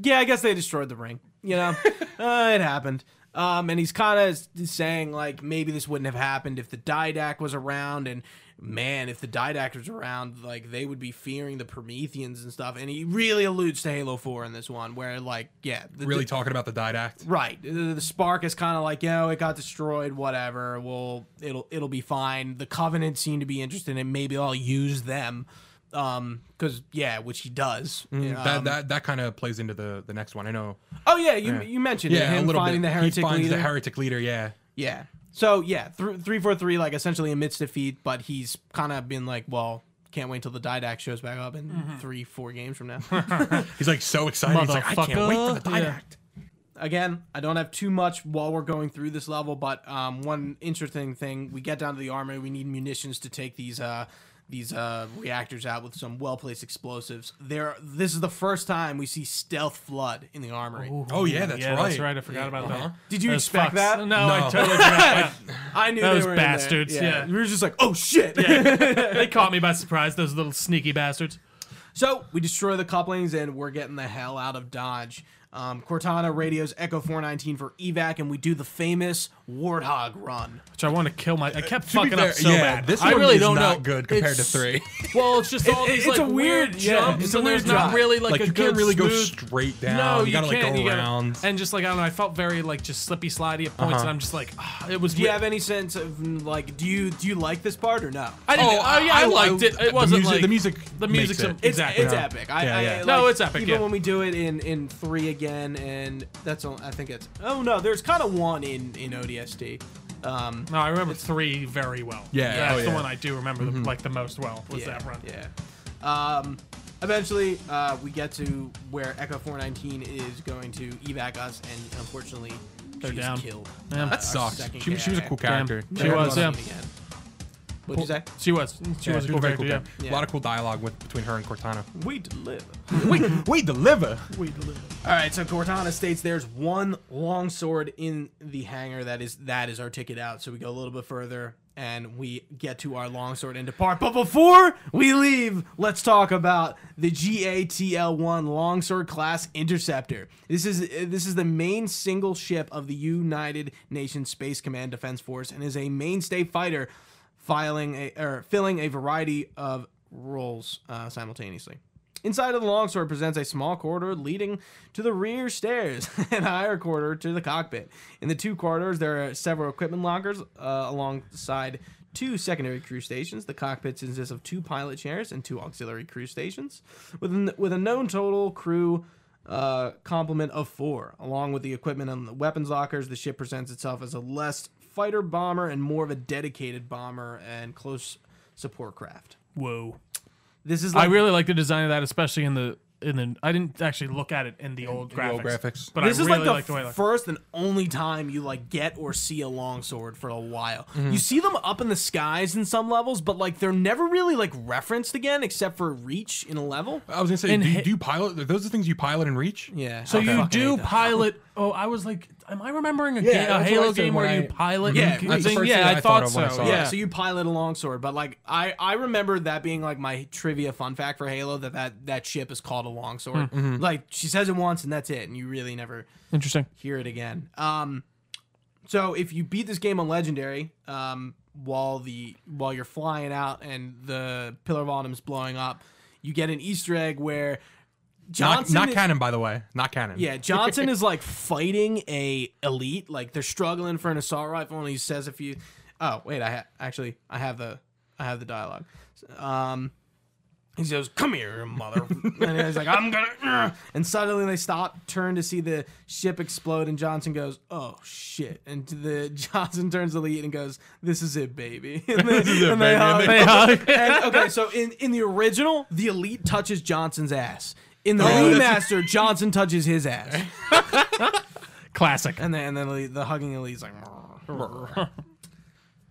A: yeah, I guess they destroyed the ring. You know, uh, it happened. Um, and he's kind of saying like, maybe this wouldn't have happened if the Didac was around, and man, if the Didac was around, like they would be fearing the Prometheans and stuff. And he really alludes to Halo Four in this one, where like, yeah, the,
C: really talking about the Didact.
A: Right. The, the spark is kind of like, you know, it got destroyed, whatever. Well, it'll it'll be fine. The Covenant seem to be interested in it. Maybe I'll use them. Um, cause yeah, which he does.
C: Mm, that
A: Um,
C: that that kind of plays into the the next one. I know.
A: oh yeah, you you mentioned it, him finding the heretic
C: he finds
A: leader.
C: the heretic leader. Yeah.
A: yeah. So yeah, th- three four three like essentially amidst defeat, but he's kind of been like, well, can't wait till the Didac shows back up in three four games from now.
C: He's like so excited. He's like, I can't wait for the
B: Motherfucker.
C: Didact.
A: again, I don't have too much while we're going through this level, but um, one interesting thing: we get down to the armory, we need munitions to take these uh, these uh, reactors out with some well placed explosives. There, this is the first time we see stealth flood in the armory.
C: Oh yeah, that's
B: yeah,
C: right. Uh-huh.
B: that's right. I forgot about that.
A: Did you
B: Those
A: expect
B: fucks.
A: that?
B: No,
C: No.
B: I totally forgot.
A: I knew
B: Those
A: they were in there.
B: bastards, yeah.
A: we were just like, oh shit.
B: they caught me by surprise. Those little sneaky bastards.
A: So we destroy the couplings and we're getting the hell out of Dodge. Um, Cortana radios Echo 419 for evac, and we do the famous Warthog run.
B: Which I want to kill my. I kept
C: To be
B: fucking
C: fair,
B: up so
C: yeah,
B: bad.
C: This
B: I
C: one
B: really
C: is
B: don't
C: not
B: know.
C: good compared
B: It's-
C: to three.
B: Well, it's just all
A: It-
B: these
A: it's
B: like
A: a weird-
B: weird
A: yeah,
B: jumps,
A: it's a
B: and there's
A: weird
B: not
A: drive.
B: really like,
C: Like,
B: a
C: you
B: good
C: can't really
B: smooth...
C: go straight down.
B: No,
C: you, gotta like
B: can't.
C: go
B: you gotta-
C: around. Uh-huh.
B: and just like I don't know, I felt very like just slippy slidey at points, and I'm just like, ah, it was.
A: Do you
B: weird.
A: have any sense of mm, like, do you do you like this part or no?
B: I didn't. Oh, yeah, I, liked it. It wasn't
C: the music,
B: like The
C: the music. makes
B: music's
C: it.
B: a-
A: It's,
B: Exactly.
A: it's
B: Yeah.
A: epic. I,
C: Yeah,
A: I-
C: yeah.
B: No,
A: like,
B: it's epic,
A: Even
B: yeah.
A: when we do it in in three again, and that's all. I think it's. Oh no, there's kind of one in in ODST. Um,
B: No, I remember three very well.
C: Yeah,
B: that's
C: oh,
B: the
C: yeah.
B: one I do remember the, like the most well. Was that run?
A: Yeah. Um, eventually, uh, we get to where Echo 419 is going to evac us, and unfortunately,
B: They're
A: she's
B: down.
A: killed.
B: Yeah.
A: Uh,
B: That
A: our
C: Sucks.
A: second
C: She, she was a cool
B: Damn.
C: character.
B: She
A: Never
B: was,
A: gonna
B: yeah.
A: see it again. What'd you say?
B: She was. She
C: Yeah,
B: was a
C: she
B: cool
C: very
B: character. Yeah.
C: character.
A: yeah.
C: A lot of cool dialogue with between her and Cortana.
A: We deliver.
C: we we deliver.
A: All right, so Cortana states there's one long sword in the hangar that is that is our ticket out. So we go a little bit further and we get to our long sword and depart. But before we leave, let's talk about the GATL-1 longsword class interceptor. This is this is the main single ship of the United Nations Space Command Defense Force and is a mainstay fighter filing a, or filling a variety of roles uh, simultaneously. Inside of the longsword presents a small corridor leading to the rear stairs and a higher corridor to the cockpit. In the two corridors, there are several equipment lockers uh, alongside two secondary crew stations. The cockpits consist of two pilot chairs and two auxiliary crew stations, with an, with a known total crew uh, complement of four. Along with the equipment and the weapons lockers, the ship presents itself as a less fighter bomber and more of a dedicated bomber and close support craft.
B: Whoa.
A: This is
B: I
A: like
B: really like the design of that, especially in the in the. I didn't actually look at it in the old
C: the
B: graphics.
C: old graphics.
B: But
A: this
B: I
A: is
B: really
A: like the,
B: the way it looked.
A: first and only time you like get or see a longsword for a while.
B: Mm-hmm.
A: You see them up in the skies in some levels, but like they're never really like referenced again except for reach in a level.
C: I was gonna say,
B: And
C: do, you-
B: hit-
C: do you pilot? Are those the things you pilot and reach?
A: Yeah.
B: So
A: I
B: you
A: fucking hate
B: do
A: that.
B: pilot. Oh, I was like, am I remembering a, ga-
C: Yeah,
B: a
C: that's what I
B: Halo
C: said
B: game
C: when
B: where
C: I-
B: you pilot?
A: Yeah,
B: and-
A: that's
C: the
B: I think-
C: first
B: yeah,
C: thing
B: I
C: I thought
B: thought
C: of when I
B: so.
C: saw it.
A: Yeah,
B: Yeah.
A: so you pilot a longsword, but like I I remember that being like my trivia fun fact for Halo that that, that ship is called a longsword.
C: Hmm. Mm-hmm.
A: Like she says it once and that's it, and you really never
B: Interesting.
A: hear it again. Um, so if you beat this game on legendary, um, while the while you're flying out and the pillar of autumn's blowing up, you get an Easter egg where
C: Not,
A: Johnson
C: not
A: is-
C: canon, by the way. Not canon.
A: yeah, Johnson is like fighting a elite. Like they're struggling for an assault rifle, and he says, "If you, oh wait, I ha- actually I have the I have the dialogue." Um, he says, "Come here, mother," and he's like, "I'm gonna." And suddenly they stop, turn to see the ship explode, and Johnson goes, "Oh shit!" And to the Johnson turns to elite and goes, "This is it, baby." And they, and they
C: baby.
A: hug.
C: They
A: And, okay, so in, in the original, the elite touches Johnson's ass. In the
B: Oh,
C: that's-
A: remaster, Johnson touches his ass.
B: Classic.
A: And then and then the, the hugging elite's like "Mrr."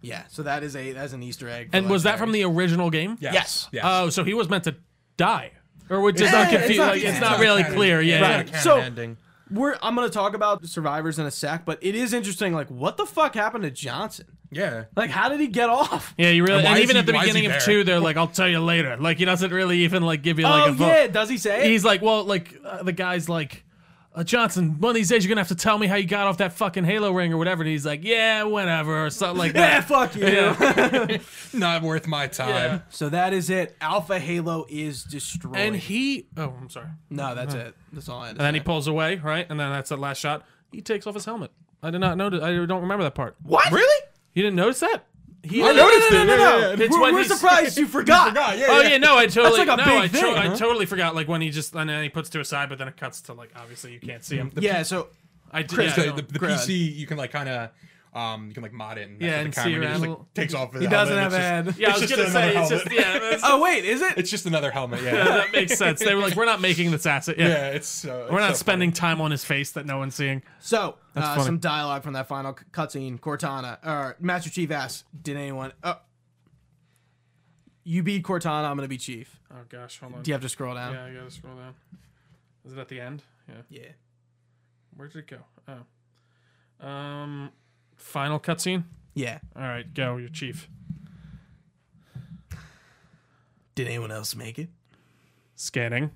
A: Yeah, so that is a that's an Easter egg. for
B: And was that
A: Legendary.
B: from the original game?
C: Yes.
A: Yes.
C: Yes.
B: Oh, so he was meant to die, or we're just
A: Yeah, it's
B: not confused.
A: not-
B: like,
A: yeah,
B: it's
A: it's
B: not
A: not
B: really
C: canon.
B: clear.
C: Yeah,
B: Yeah, yeah.
C: it's not a canon
A: So-
C: ending.
A: We're I'm gonna talk about survivors in a sec, but it is interesting. Like, what the fuck happened to Johnson?
C: Yeah.
A: Like, how did he get off?
B: Yeah, you really.
C: And
B: And,
C: why is
B: even
C: he-
B: at the
C: why is he
B: beginning of
C: there?
B: two, they're like, "I'll tell you later." Like he doesn't really even like give you like
A: oh
B: a vote.
A: yeah, does he say it?
B: He's like, "Well, like uh, the guy's like." Uh, Johnson, one of these days you're gonna have to tell me how you got off that fucking Halo ring or whatever. And he's like, "Yeah, whatever," or something like
A: yeah,
B: that.
A: fuck you.
C: Not worth my time.
B: Yeah.
A: So that is it. Alpha Halo is destroyed.
B: And he, oh, I'm sorry.
A: no, that's it. That's all I had. To
B: And then he
A: say.
B: pulls away, right? And then that's the last shot. He takes off his helmet. I did not notice. I don't remember that part.
C: What? Really?
B: You didn't notice that? He,
A: No, no, no, no, no, no.
B: Yeah, yeah, yeah. It's
A: We're,
B: when
A: we're
B: he's-
A: surprised you forgot.
C: God, yeah.
B: Oh yeah, no, I totally
A: like a
B: no,
A: big
B: I, to-
A: thing,
B: I
A: huh?
B: totally forgot. Like when he just and then he puts to his side, but then it cuts to like obviously you can't see him.
A: Yeah, so
B: I did.
C: So
B: Yeah, I
C: the,
B: don't-
C: the
A: Grad.
C: PC, you can like kind of Um, you can like mod it. And
B: Yeah,
C: that's what
B: and
C: the
B: see
C: camera
B: around
C: just,
B: a
C: like,
B: little-
C: takes off. He
A: doesn't
C: helmet.
A: have
C: it's
A: a
C: just,
B: Yeah, I was
C: just
B: gonna say it's
C: another
B: just
C: helmet.
B: yeah. that's-
A: Oh wait, is it?
C: It's just another helmet. Yeah,
B: yeah, that makes sense. They were like, we're not making this asset. Oh. Yeah,
C: yeah. It's so,
B: we're
C: it's
B: not
C: so
B: spending time on his face that no one's seeing.
A: So, uh,
B: funny.
A: some dialogue from that final c- cutscene. Cortana, or Master Chief asks, "Did anyone? Uh, you beat Cortana. I'm gonna be Chief.
B: Oh gosh, hold on.
A: Do you have to scroll down?
B: Yeah, I gotta scroll down. Is it at the end? Yeah.
A: Yeah.
B: Where did it go? Oh. Um. Final cutscene.
A: Yeah.
B: All right, go. Your chief.
A: Did anyone else make it?
B: Scanning.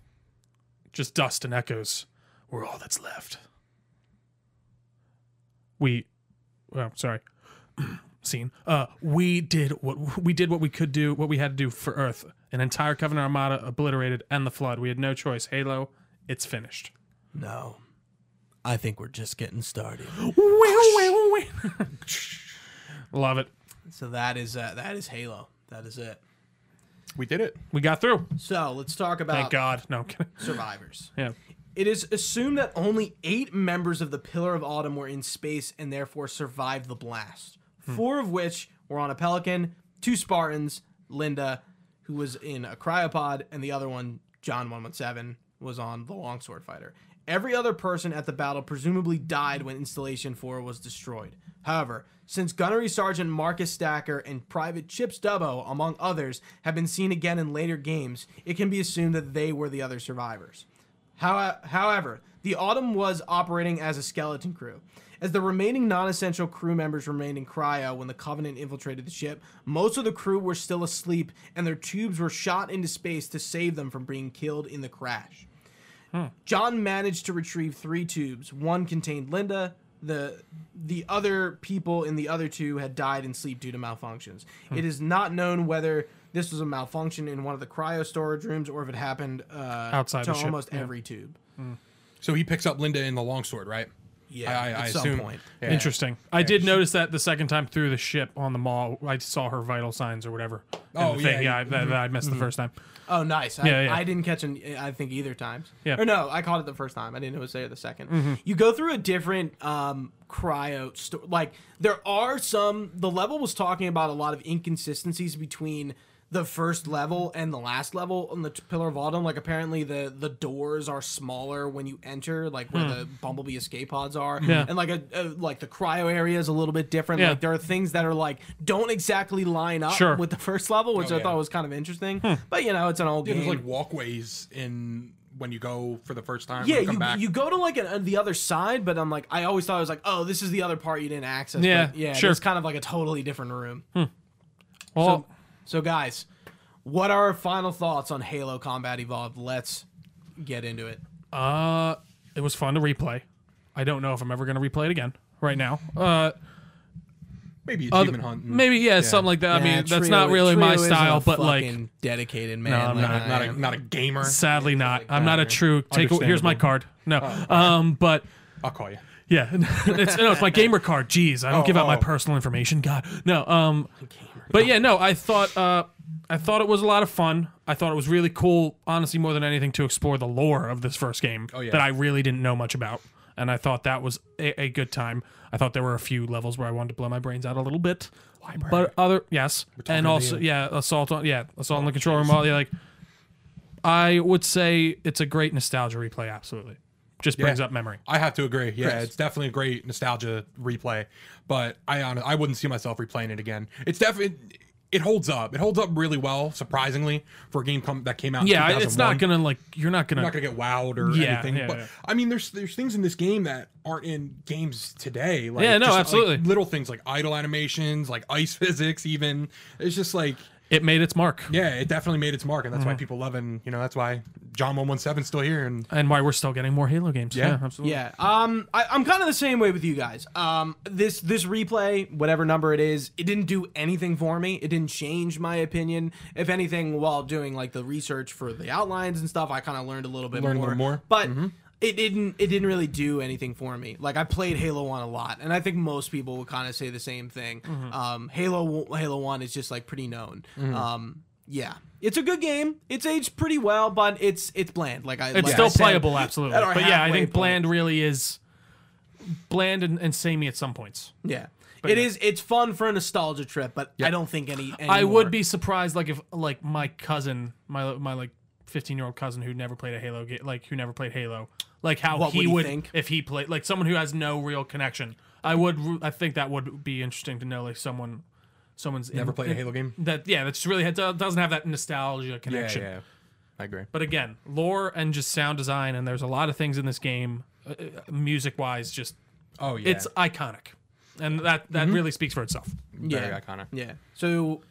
B: Just dust and echoes. We're all that's left. We. Well, sorry. Scene. Uh, we did what we did what we could do, what we had to do for Earth. An entire Covenant Armada obliterated, and the flood. We had no choice. Halo, it's finished.
A: No. I think we're just getting started.
B: Love it.
A: So that is uh, that is Halo. That is it.
C: funny. We did it.
B: We got through.
A: So let's talk
B: Thank
A: about
B: God. No, I'm kidding.
A: survivors.
B: Yeah.
A: It is assumed that only eight members of the Pillar of Autumn were in space and therefore survived the blast. Four of which were on a Pelican, two Spartans, Linda, who was in a cryopod, and the other one, John 117, was on the longsword fighter. Every other person at the battle presumably died when Installation 4 was destroyed. However, since Gunnery Sergeant Marcus Stacker and Private Chips Dubbo, among others, have been seen again in later games, it can be assumed that they were the other survivors. How, however, the Autumn was operating as a skeleton crew. As the remaining non essential crew members remained in cryo when the Covenant infiltrated the ship, most of the crew were still asleep and their tubes were shot into space to save them from being killed in the crash. John managed to retrieve three tubes. One contained Linda. The the other people in the other two had died in sleep due to malfunctions.
B: Hmm.
A: It is not known whether this was a malfunction in one of the cryo storage rooms or if it happened uh,
B: Outside
A: to
B: the ship,
A: almost
B: yeah.
A: every tube.
C: So he picks up Linda in the longsword, right?
A: Yeah,
C: I, I,
A: at
C: I
A: some
C: assume.
A: point.
C: Yeah.
B: Interesting. I did notice that the second time through the ship on the mall, I saw her vital signs or whatever. in
C: Oh,
B: the
C: yeah, Mm-hmm.
B: thing.
C: yeah.
B: I, that, that I missed the first time.
A: Oh, nice. I,
B: Yeah, yeah.
A: I didn't catch it, I think, either times.
B: Yeah. Mm-hmm.
A: Or no, I caught it the first time. I didn't know it was there the 2nd You go through a different um, cryo store. Like, there are some. The level was talking about a lot of inconsistencies between the first level and the last level on the t- Pillar of Autumn. Like, apparently, the, the doors are smaller when you enter, like where the Bumblebee escape pods are.
B: Hmm. Yeah.
A: And, like, a, a, like the cryo area is a little bit different.
B: Yeah.
A: Like, there are things that are, like, don't exactly line up
B: Sure.
A: with the first level, which
C: Oh,
A: I
C: yeah.
A: thought was kind of interesting.
B: Hmm.
A: But, you know, it's an old
C: Yeah,
A: game.
C: there's like walkways in when you go for the first time. when
A: Yeah,
C: come
A: you,
C: back.
A: you go to like an, uh, the other side, but I'm like, I always thought it was like, oh, this is the other part you didn't access.
B: Yeah,
A: but yeah,
B: sure. Hmm.
A: It's kind of like a totally different room.
B: Well,
A: So, guys, what are our final thoughts on Halo Combat Evolved? Let's get into it.
B: uh, it was fun to replay. I don't know if I'm ever going to replay it again right now.
C: Mm.
B: Uh,
C: maybe
B: other-
C: achievement hunt. and-
B: maybe, yeah, something like that. I mean,
A: Nah,
B: that's
A: Trio-
B: not really my
A: Trio isn't
B: style,
A: a
B: but like,
A: fucking dedicated man. like
B: I'm not-
A: I
C: not a
A: am.
C: not a gamer.
B: sadly not. I'm not a true take. Here's my
C: Understandable.
B: card. No.
C: Oh,
B: Um, but.
C: I'll call you.
B: Yeah, it's, no, it's my gamer card. Jeez, I don't
C: Oh,
B: give out my
C: oh.
B: personal information. God, no. Um, but yeah, no. I thought, uh, I thought it was a lot of fun. I thought it was really cool. Honestly, more than anything, to explore the lore of this first game
C: Oh, yeah.
B: that I really didn't know much about, and I thought that was a, a good time. I thought there were a few levels where I wanted to blow my brains out a little bit, but other yes, and also yeah, assault on yeah, assault
C: Oh,
B: on the control room. All yeah, like I would say it's a great nostalgia replay. Absolutely, just brings
C: Yeah.
B: up memory.
C: I have to agree. Yeah,
A: Chris.
C: it's definitely a great nostalgia replay, but I hon- I wouldn't see myself replaying it again. It's definitely it holds up. It holds up really well, surprisingly, for a game come, that came out. in
B: Yeah, it's not
C: 2001.
B: gonna like you're not gonna.
C: You're not gonna get wowed or
B: Yeah,
C: anything.
B: yeah,
C: but
B: yeah.
C: I mean, there's there's things in this game that aren't in games today. Like,
B: Yeah, no,
C: like,
B: absolutely.
C: little things like idle animations, like ice physics. Even it's just like,
B: it made its mark,
C: yeah, it definitely made its mark, and that's why people love it. And, you know, that's why John One One Seven's still here. And
B: and why we're still getting more Halo games. Yeah,
C: Yeah.
B: absolutely.
A: Yeah. Um, I, I'm kind of the same way with you guys. Um, this this replay, whatever number it is, it didn't do anything for me. It didn't change my opinion. If anything, while doing like the research for the outlines and stuff, I kind of learned a little bit
C: Learned a
A: more.
C: little more. Mm-hmm.
A: But it didn't it didn't really do anything for me. Like I played Halo One a lot, and I think most people would kind of say the same thing.
C: Mm-hmm.
A: Um, Halo Halo One is just like pretty known. Um, yeah. It's a good game. It's aged pretty well, but it's it's bland. Like I,
B: It's
A: like I
B: still
A: said,
B: playable, absolutely.
A: at our
B: But yeah, I
A: halfway
B: think
A: point.
B: bland really is bland and, and samey at some points.
A: Yeah.
B: But
A: it
B: yeah.
A: is. It's fun for a nostalgia trip, but I
C: Yeah.
A: don't think any.
B: I
A: anymore.
B: would be surprised, like if like my cousin, my my like fifteen year old cousin who never played a Halo, ga- like who never played Halo, like how
A: What
B: he
A: would
B: would,
A: he think?
B: if he played, like someone who has no real connection. I would, ru- I think that would be interesting to know, like someone, someneone's
C: Never
B: in-
C: played a Halo game.
B: That yeah, that's really it doesn't have that nostalgia connection.
C: I agree.
B: But again, lore and just sound design, and there's a lot of things in this game, uh, music wise, just
C: Oh yeah,
B: it's iconic, and that that really speaks for itself.
C: very iconic.
A: Yeah. So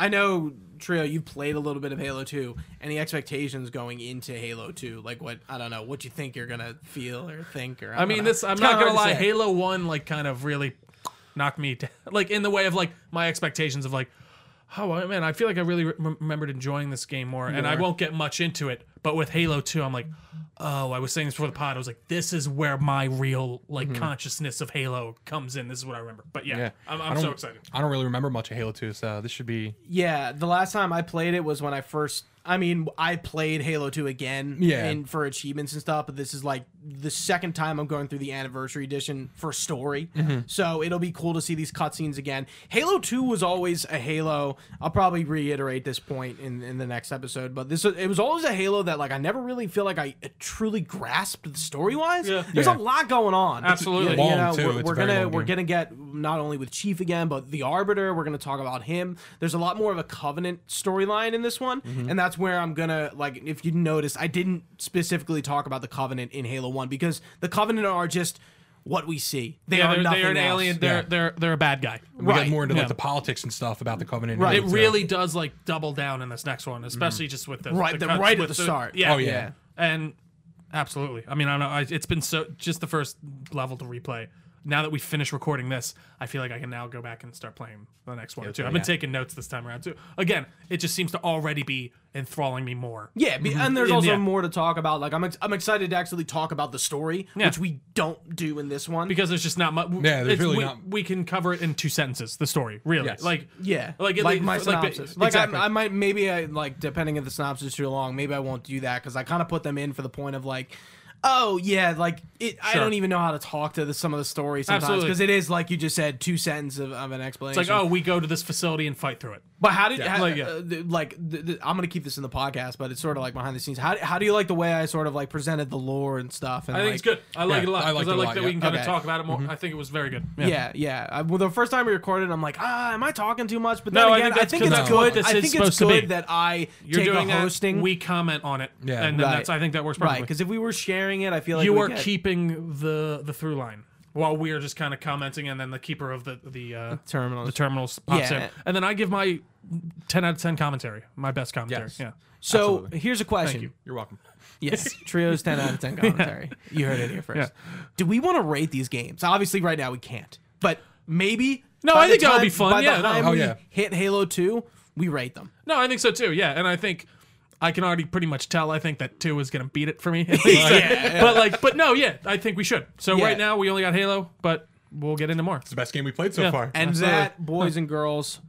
A: I know Trio, you played a little bit of Halo 2. Any expectations going into Halo 2? Like what I don't know, what you think you're gonna feel or think or
B: I mean, this I'm not gonna lie. Halo One like kind of really knocked me down, like in the way of like my expectations of like, oh man, I feel like I really re- remembered enjoying this game more, and I won't get much into it. But with Halo Two, I'm like, oh, I was saying this before the pod. I was like, this is where my real like consciousness of Halo comes in. This is what I remember. But Mm-hmm. yeah,
C: Yeah,
B: I'm,
C: I
B: I'm
C: don't-
B: so excited.
C: I don't really remember much of Halo 2, so this should be
A: Yeah, the last time I played it was when I first I mean, I played Halo 2 again
C: Yeah.
A: and for achievements and stuff, but this is like the second time I'm going through the anniversary edition for story.
C: Mm-hmm.
A: So it'll be cool to see these cutscenes again. Halo 2 was always a Halo. I'll probably reiterate this point in, in the next episode, but this it was always a Halo that like I never really feel like I truly grasped the story wise.
B: Yeah.
A: There's
C: Yeah.
A: a lot going on.
B: Absolutely.
A: You
C: Long,
A: know,
C: too.
A: we're,
C: It's
A: we're
C: a very
A: gonna
C: long
A: we're
C: game.
A: gonna gonna get not only with Chief again, but the Arbiter. We're gonna talk about him. There's a lot more of a Covenant storyline in this one,
B: Mm-hmm.
A: and that's where I'm gonna like. If you notice, I didn't specifically talk about the Covenant in Halo One because the Covenant are just what we see. They
B: Yeah,
A: are
B: they're,
A: nothing
B: they're an
A: else.
B: alien. They're
C: Yeah.
B: they're they're a bad guy.
C: we
A: Right.
C: get more into
B: Yeah.
C: like the politics and stuff about the Covenant.
A: Right.
B: It
C: So-
B: really does like double down in this next one, especially just with the
A: Mm. Right, the-
B: cuts
A: right at
B: with
A: the start.
B: Yeah,
C: Oh, yeah.
B: and absolutely. I mean, I don't know. I, it's been so just the first level to replay. Now that we finish recording this, I feel like I can now go back and start playing the next one or two. I've been taking notes this time around too. Again, it just seems to already be enthralling me more.
A: Yeah, be- and there's
B: And
A: also
B: Mm-hmm. yeah.
A: more to talk about. Like I'm, ex- I'm excited to actually talk about the story,
B: Yeah.
A: which we don't do in this one.
B: Because there's just not much.
C: Yeah, there's really
B: we,
C: not-
B: We can cover it in two sentences. The story, really.
C: Yes.
B: Like
A: Yeah,
B: like
A: like,
B: it-
A: my
B: like,
A: synopsis.
B: Like,
A: Like, I-
B: exactly.
A: I, might maybe I like depending if the synopsis is too long, maybe I won't do that because I kind of put them in for the point of like, oh yeah, like it, I
B: Sure.
A: don't even know how to talk to the, some of the stories sometimes
B: Absolutely.
A: because it is like you just said two sentences of, of an explanation.
B: it's like, oh, we go to this facility and fight through it.
A: but how did how,
B: like, yeah.
A: uh, th- like th- th- I'm gonna keep this in the podcast, but it's sort of like behind the scenes. How how do you like the way I sort of like presented the lore and stuff? And
B: I think
A: like,
B: it's good. I like
C: Yeah,
B: it a lot. Mm-hmm.
C: I liked
B: 'cause I
C: it a
B: like
C: lot,
B: that
C: yeah.
B: we can kind of
A: Okay.
B: talk about it more. I think it was very good.
A: Yeah, yeah. I, well, the first time we recorded, I'm like, ah, am I talking too much? But
B: No,
A: then
B: I
A: again,
B: think
A: I
B: that's
A: think,
B: 'cause
A: it's
B: that's what
A: good.
B: this
A: I
B: is
A: think it's
B: supposed to be.
A: good that I
B: You're
A: take
B: doing
A: a hosting.
B: That, we comment on it.
C: Yeah.
B: And then
A: Right.
B: that's I think that works
A: right,
B: perfectly.
A: because if we were sharing it, I feel like
B: you
A: we
B: are
A: get,
B: keeping the the through line while we are just kind of commenting, and then the keeper of the the uh,
A: Terminals.
B: the terminals pops
A: Yeah.
B: in, and then I give my ten out of ten commentary, my best commentary.
C: Yes.
B: Yeah.
A: So
C: Absolutely.
A: here's a question.
B: you.
C: You're welcome.
A: Yes, trios ten out of ten commentary. You heard it here first. Do we want to rate these games? Obviously, right now we can't, but maybe.
B: No,
A: by
B: I
A: the
B: think that would
A: time-
B: be fun.
A: By
B: Yeah,
A: the
B: no.
A: time
C: Oh,
A: we
C: yeah.
A: hit Halo Two, we rate them.
B: No, I think so too. Yeah, and I think I can already pretty much tell. I think that two is gonna beat it for me. But like, but no, yeah, I think we should. So
A: Yeah.
B: right now we only got Halo, but we'll get into more.
C: It's the best game we played so
B: Yeah.
C: far.
A: And
B: Absolutely.
A: that, boys and girls,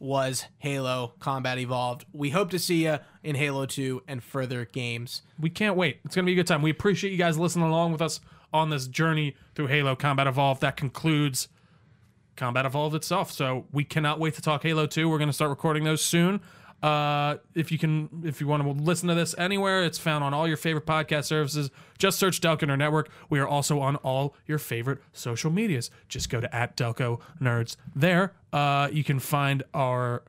A: was Halo Combat Evolved. We hope to see you in Halo Two and further games.
B: We can't wait. It's going to be a good time. We appreciate you guys listening along with us on this journey through Halo Combat Evolved. That concludes Combat Evolved itself. So we cannot wait to talk Halo 2. We're going to start recording those soon. Uh, if you can, if you want to listen to this anywhere, it's found on all your favorite podcast services. Just search Delco Nerd Network. We are also on all your favorite social medias. Just go to at Delco Nerds there. Uh, you can find our.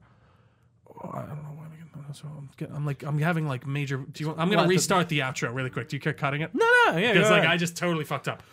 B: oh, I don't know why I'm getting so I'm, get- I'm like I'm having like major. Do you want, I'm gonna
A: What, the-
B: restart the outro really quick. Do you care cutting it?
A: No, no, yeah,
B: Because like I just totally fucked up.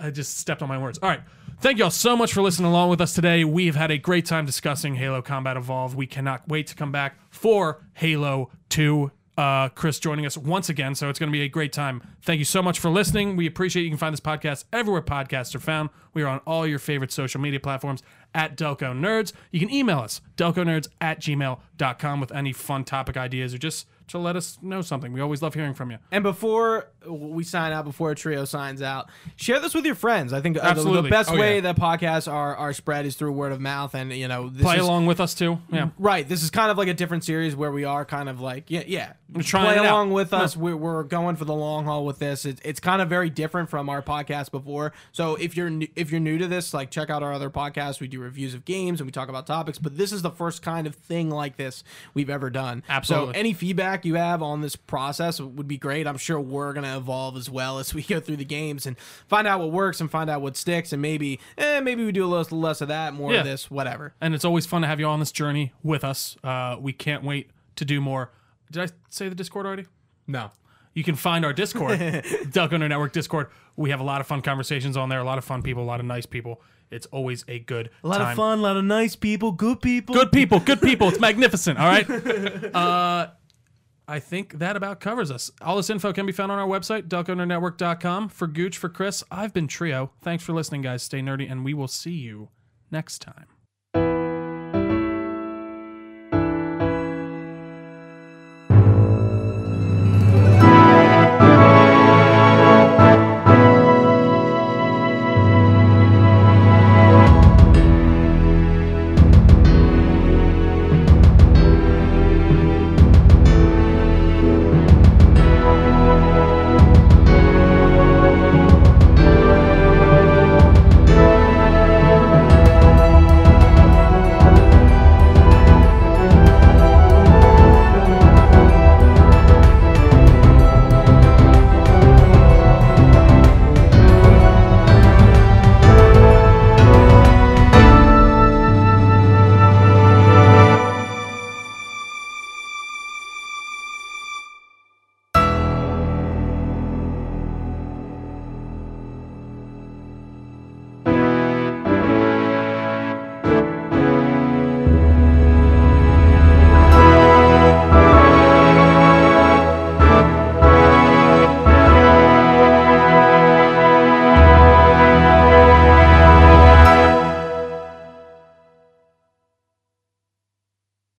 B: I just stepped on my words. All right. Thank y'all so much for listening along with us today. We've had a great time discussing Halo Combat Evolved. We cannot wait to come back for Halo 2. Uh, Chris joining us once again, so it's going to be a great time. Thank you so much for listening. We appreciate you can find this podcast everywhere podcasts are found. We are on all your favorite social media platforms at Delco Nerds. You can email us, delconerds at gmail.com, with any fun topic ideas or just to let us know something. We always love hearing from you.
A: And before we sign out, before a trio signs out, share this with your friends. I think uh, the- the,
B: Absolutely.
A: best
C: Oh,
A: way
C: yeah.
A: that podcasts are are spread is through word of mouth, and you know, this
B: Play
A: is,
B: along with us too. Yeah.
A: Right. This is kind of like a different series where we are kind of like, yeah, yeah.
B: trying
A: Play
B: it out.
A: along with us. We're, we're going for the long haul with this. It's, it's kind of very different from our podcast before. So if you're new, if you're new to this, like check out our other podcasts. We do reviews of games and we talk about topics. But this is the first kind of thing like this we've ever done.
B: Absolutely.
A: So any feedback you have on this process would be great. I'm sure we're gonna evolve as well as we go through the games and find out what works and find out what sticks and maybe eh, maybe we do a little less of that, more
B: Yeah.
A: of this, whatever.
B: And it's always fun to have you on this journey with us. Uh, we can't wait to do more. Did I say the Discord already?
C: No.
B: You can find our Discord, Duck Under Network Discord. We have a lot of fun conversations on there, a lot of fun people, a lot of nice people. It's always a good
A: A lot
B: time.
A: of fun, a lot of nice people, good people.
B: Good people, good people. It's magnificent. All right. Uh, I think that about covers us. All this info can be found on our website, duckownernetwork.com. For Gooch, for Chris, I've been Trio. Thanks for listening, guys. Stay nerdy, and we will see you next time.